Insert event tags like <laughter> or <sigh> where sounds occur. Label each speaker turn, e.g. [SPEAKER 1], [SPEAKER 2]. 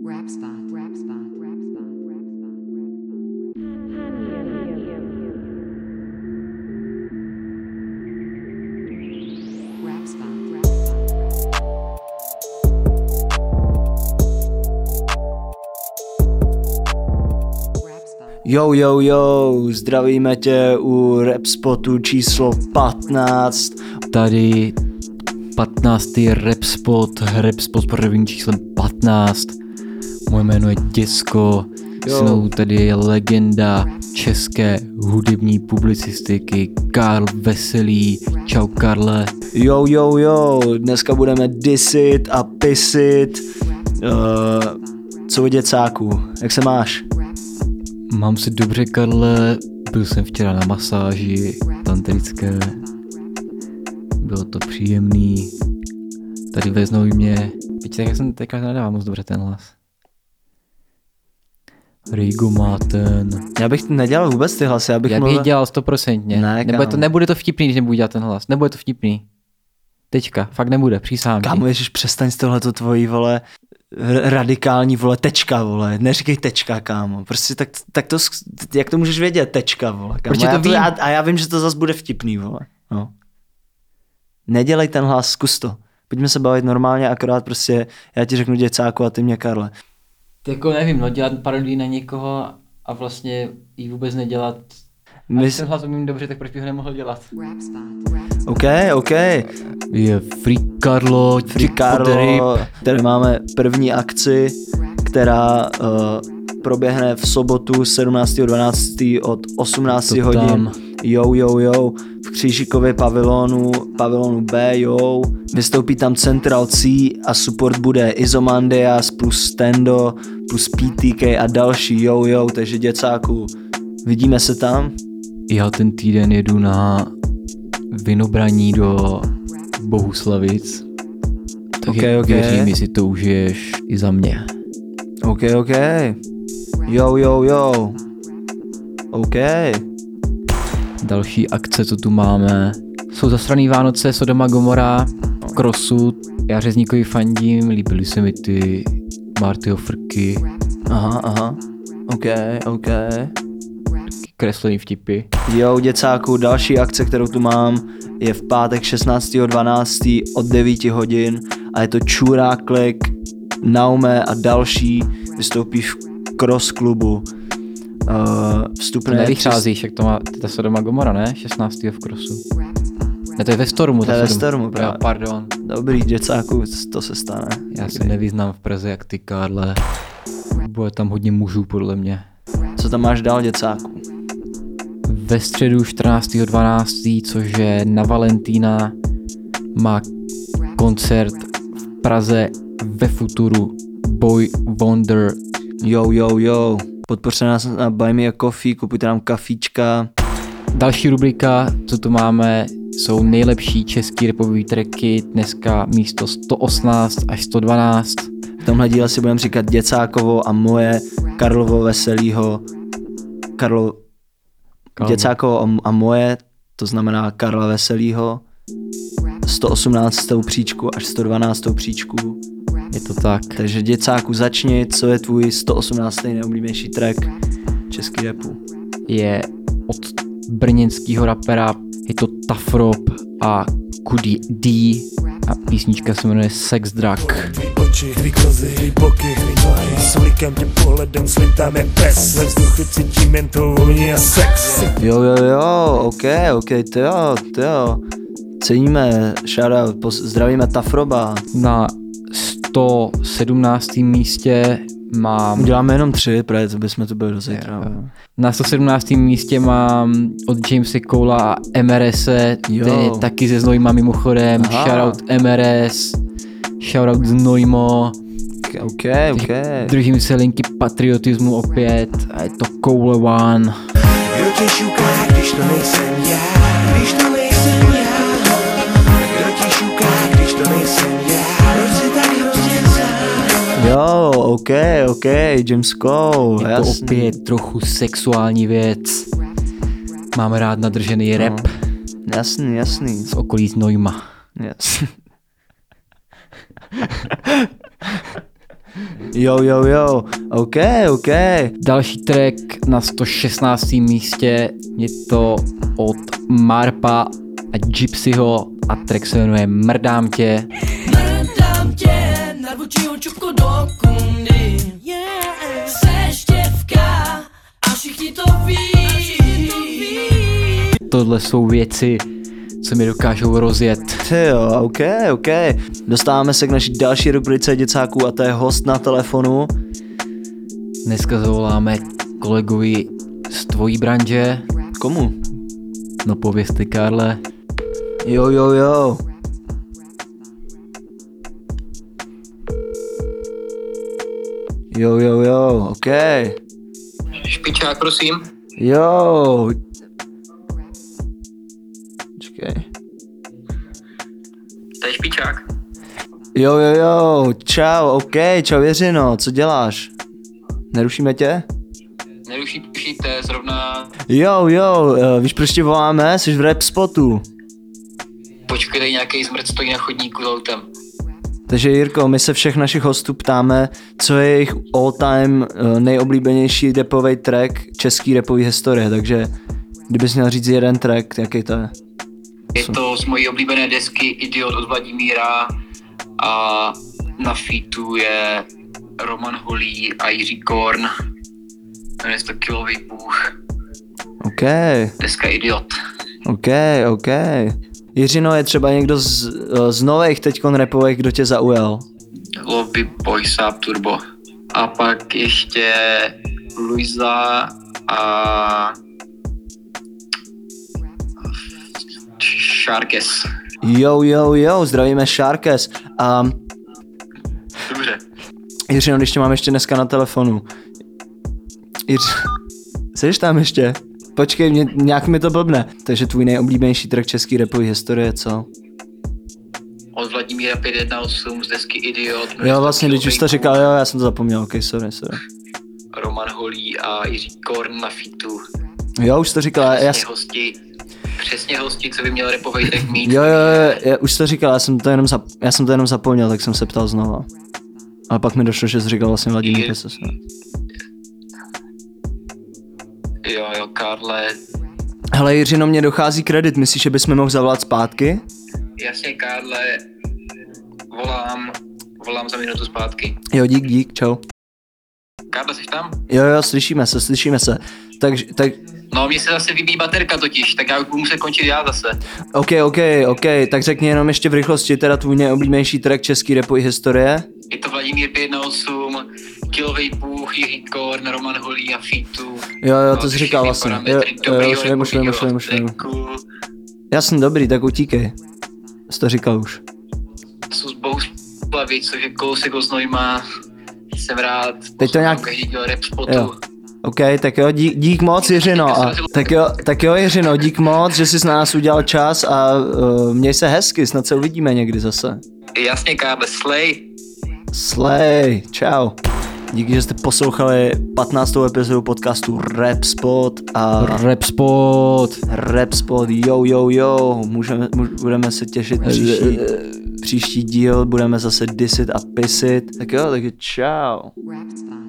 [SPEAKER 1] rap spot, rap spot, rap spot, rap spot, rap spot. Rap spot, rap spot, rap spot. Rap spot.
[SPEAKER 2] Jo, jo, jo, zdravíme tě u rap spotu číslo 15.
[SPEAKER 3] tady 15. rap spot, rap spot s pořadovým číslem 15. Moje jméno je Těsko,
[SPEAKER 2] Jo.
[SPEAKER 3] s mnou tady je legenda české hudební publicistiky Karl Veselý. Čau Karle,
[SPEAKER 2] Jo, jo, jo, dneska budeme disit a pisit. Uh, co vidět sáku, jak se máš?
[SPEAKER 3] mám se dobře Karle, byl jsem včera na masáži tantrické, bylo to příjemný. Tady veznou mě, vidíte, jak jsem teďka nedávám moc dobře ten hlas. Rigo má ten.
[SPEAKER 2] Já bych nedělal vůbec ty hlasy, já bych
[SPEAKER 3] Já bych
[SPEAKER 2] mluvil...
[SPEAKER 3] ji dělal stoprocentně.
[SPEAKER 2] Ne,
[SPEAKER 3] Nebo je
[SPEAKER 2] kámo.
[SPEAKER 3] to, nebude to vtipný, když nebudu dělat ten hlas. Nebude to vtipný. Tečka. Fakt nebude, přísahám
[SPEAKER 2] Kámo,
[SPEAKER 3] ti.
[SPEAKER 2] ježiš, přestaň s tohleto tvojí, vole, r- radikální, vole, tečka, vole, neříkej tečka, kámo, prostě tak, tak to, s- jak to můžeš vědět, tečka, vole, kámo,
[SPEAKER 3] Protože
[SPEAKER 2] já
[SPEAKER 3] to vím.
[SPEAKER 2] já, a já vím, že to zas bude vtipný, vole, no. Nedělej ten hlas, zkus to, pojďme se bavit normálně, akorát prostě, já ti řeknu děcáku a ty mě, Karle.
[SPEAKER 3] Ty jako nevím, no dělat parodii na někoho a vlastně ji vůbec nedělat.
[SPEAKER 2] My, s-
[SPEAKER 3] hlas umím dobře, tak proč bych ho nemohl dělat?
[SPEAKER 1] Rap spot, rap spot.
[SPEAKER 2] OK, OK,
[SPEAKER 3] Je Free Carlo,
[SPEAKER 2] Free Carlo, tady máme první akci, která uh, proběhne v sobotu 17.12. od 18
[SPEAKER 3] To
[SPEAKER 2] hodin.
[SPEAKER 3] tam.
[SPEAKER 2] Jo, jo, jo, v Křížikově pavilonu, pavilonu B, jo. Vystoupí tam Central C a support bude Izomandias plus Stendo plus PTK a další, jo, jo, takže děcáku, vidíme se tam.
[SPEAKER 3] Já ten týden jedu na vinobraní do Bohuslavic. Takže
[SPEAKER 2] Ok, ok.
[SPEAKER 3] věřím, jestli to užiješ i za mě.
[SPEAKER 2] OK, OK. Jo, jo, jo. OK.
[SPEAKER 3] Další akce, co tu máme, jsou zasraný Vánoce, Sodoma Gomora, Krosu, já řezníkovi fandím, líbily se mi ty Martyho frky,
[SPEAKER 2] Aha, aha. OK, OK.
[SPEAKER 3] kreslený vtipy.
[SPEAKER 2] Jo, děcáku, další akce, kterou tu mám, je v pátek 16.12. od 9 hodin a je to Čuráklek, Naume a další vystoupí v Cross klubu. Uh,
[SPEAKER 3] To
[SPEAKER 2] vstupné je
[SPEAKER 3] nevycházíš, jak to má ta Sodoma Gomora, ne? 16. v Krosu. Ne, to je ve Stormu.
[SPEAKER 2] To je
[SPEAKER 3] ta
[SPEAKER 2] ve
[SPEAKER 3] Sodoma.
[SPEAKER 2] Stormu, právě.
[SPEAKER 3] Jo, pardon.
[SPEAKER 2] tři- Dobrý, děcáku, to se stane.
[SPEAKER 3] Já se nevyznám v Praze jak ty, Karle. Bude tam hodně mužů, podle mě.
[SPEAKER 2] Co tam máš dál, děcáku?
[SPEAKER 3] Ve středu 14.12., což je na Valentína, má koncert v Praze ve Futuru Boy Wonder.
[SPEAKER 2] Jo, jo, jo. Podpořte nás na Buy Me a Coffee, kupujte nám kafíčka.
[SPEAKER 3] Další rubrika, co tu máme, jsou nejlepší český repový tracky, dneska místo 118 až 112.
[SPEAKER 2] V tomhle díle si budeme říkat Děcákovo a moje, Karlovo Veselýho, Karlo,
[SPEAKER 3] Karlo.
[SPEAKER 2] Děcákovo a, a moje, to znamená Karla Veselýho, 118. příčku až 112. příčku.
[SPEAKER 3] Je to tak.
[SPEAKER 2] Takže Děcáku začni, co je tvůj 118. nejoblíbenější track český rapu.
[SPEAKER 3] Je od brněnského rapera, je to Tafrop a Kudi D a písnička se jmenuje Sex Drug.
[SPEAKER 4] Tvý oči, tvý kozy, tvý boky, tvý nohy S ulikám tě pohledem, slintám jak pes Ve vzduchu cítím jen to vůni a sex
[SPEAKER 2] Jo, jo, jo, ok, ok, to jo, to jo. Ceníme, shoutout, pos- zdravíme Tafroba.
[SPEAKER 3] Na 117. místě mám
[SPEAKER 2] Uděláme jenom tři, protože to bychom tu byli do zítra.
[SPEAKER 3] Jo, jo. na 117. místě mám od Jamesa Cola a MRS, ten
[SPEAKER 2] Jo.
[SPEAKER 3] je taky ze Znojma mimochodem,
[SPEAKER 2] Aha.
[SPEAKER 3] shoutout MRS, shoutout Znojmo,
[SPEAKER 2] OK, OK.
[SPEAKER 3] držím se linky patriotismu opět a je to Cola One.
[SPEAKER 5] Kdo tě šuká, když to nejsem já, když to nejsem já? Kdo tě šuká, když to nejsem já? Proč jsi tak hrozně sám?
[SPEAKER 2] Jo, OK, OK, James Cole,
[SPEAKER 3] Je to
[SPEAKER 2] No jasný.
[SPEAKER 3] opět trochu sexuální věc. Mám rád nadržený rap
[SPEAKER 2] Jasný, jasný,
[SPEAKER 3] z
[SPEAKER 2] <laughs>
[SPEAKER 3] okolí Znojma.
[SPEAKER 2] jasný. Jo, jo, jo, OK, OK.
[SPEAKER 3] Další track na 116. místě je to od Marpa a Gypsyho a track se jmenuje Mrdám tě.
[SPEAKER 6] Mrdám tě, narvu ti ho čupku do kundy. Seš děvka a všichni to ví.
[SPEAKER 3] Tohle jsou věci, co mi dokážou rozjet.
[SPEAKER 2] Ty jo, OK, OK. Dostáváme se k naší další rubrice děcáků a to je host na telefonu.
[SPEAKER 3] Dneska zavoláme kolegovi z tvojí branže.
[SPEAKER 2] Komu?
[SPEAKER 3] No povězte, Karle.
[SPEAKER 2] Jo, jo, jo. Jo, jo, jo, OK.
[SPEAKER 7] Špičák, prosím.
[SPEAKER 2] Jo. Čekej.
[SPEAKER 7] To je špičák.
[SPEAKER 2] Jo, jo, jo, čau, OK, čau Věřino, co děláš? Nerušíme tě?
[SPEAKER 7] Nerušíte zrovna...
[SPEAKER 2] Jo, jo, eh, víš proč tě voláme? Jsi v rap spotu.
[SPEAKER 7] Počkej, tady nějaký zmrt stojí na chodníku s autem.
[SPEAKER 2] Takže Jirko, my se všech našich hostů ptáme, co je jejich all time eh, nejoblíbenější repový track český repový historie, takže kdybys měl říct jeden track, jaký to je?
[SPEAKER 7] Je to z mojí oblíbené desky Idiot od Vladimíra a na featu je Roman Holý a Jiří Korn. Jmenuje se to Kilový bůh.
[SPEAKER 2] OK,
[SPEAKER 7] Deska Idiot.
[SPEAKER 2] OK, OK. Jiřino, je třeba někdo z, eh, z nových teďkon repových, kdo tě zaujal?
[SPEAKER 7] Lobby Boy Sub Turbo. A pak ještě Luisa a... Sharkes.
[SPEAKER 2] Jo, jo, jo, zdravíme Šárkes. A
[SPEAKER 7] Dobře.
[SPEAKER 2] Jiřino, když tě mám ještě dneska na telefonu. Jiř... <laughs> Jsi tam ještě? Počkej, mě, nějak mi to blbne. Takže tvůj nejoblíbenější track český repový historie, co?
[SPEAKER 7] Od Vladimíra 518 z desky Idiot.
[SPEAKER 2] Jo, vlastně, když už jste říkal, jo, já jsem to zapomněl, ok, sorry, sorry.
[SPEAKER 7] Roman Holý a Jiří Korn na fitu.
[SPEAKER 2] Jo, už jste říkal, já,
[SPEAKER 7] Přesně hosti. Přesně hosti, co by měl repovej track mít.
[SPEAKER 2] jo, jo, jo, já, už jste říkal, já jsem, to jenom zap, já jsem to jenom zapomněl, tak jsem se ptal znova. Ale pak mi došlo, že jsi říkal vlastně Vladimír
[SPEAKER 7] Je-
[SPEAKER 2] Pesos.
[SPEAKER 7] Jo, jo, Karle.
[SPEAKER 2] Hele, Jiřino, mě dochází kredit, myslíš, že bychom mohl zavolat zpátky?
[SPEAKER 7] Jasně, Karle. Volám, volám za minutu zpátky.
[SPEAKER 2] Jo, dík, dík, čau.
[SPEAKER 7] Karle, jsi tam?
[SPEAKER 2] Jo, jo, slyšíme se, slyšíme se. Takže, tak,
[SPEAKER 7] No, mně se zase vybíjí baterka totiž, tak já už budu muset končit já zase.
[SPEAKER 2] OK, OK, OK, tak řekni jenom ještě v rychlosti teda tvůj nejoblíbenější track český repový historie.
[SPEAKER 7] Je to Vladimír 518, Kilovej Bůh, Jiří Korn, Roman Holý a Fitu.
[SPEAKER 2] Jo, jo,
[SPEAKER 7] No,
[SPEAKER 2] to jsi
[SPEAKER 7] všechny
[SPEAKER 2] říkal vlastně.
[SPEAKER 7] parametry
[SPEAKER 2] Jo, jo,
[SPEAKER 7] dobrýho
[SPEAKER 2] jo, už vím, už vím, už vím, už vím.
[SPEAKER 7] rekordu,
[SPEAKER 2] Jasný, dobrý, tak utíkej. Jsi to říkal už.
[SPEAKER 7] Jsou z Bohuslavi, což je kousek od Znojma. Jsem rád.
[SPEAKER 2] Teď to nějak-
[SPEAKER 7] Poslouchám Každý dělal rap spotu.
[SPEAKER 2] Jo. OK, tak jo, dík, dík moc Jiřino. A, tak, jo, tak jo Jiřino, dík moc, že jsi na nás udělal čas a uh, měj se hezky, snad se uvidíme někdy zase.
[SPEAKER 7] Jasně, Karle, slej.
[SPEAKER 2] Slej, čau. Díky, že jste poslouchali 15. epizodu podcastu Rap Spot a
[SPEAKER 3] Rap spot.
[SPEAKER 2] Rap Spot, jo, jo, jo, můžeme, můž, budeme se těšit příští, příští díl, budeme zase disit a pisit, tak jo, takže čau.
[SPEAKER 1] Rap spot.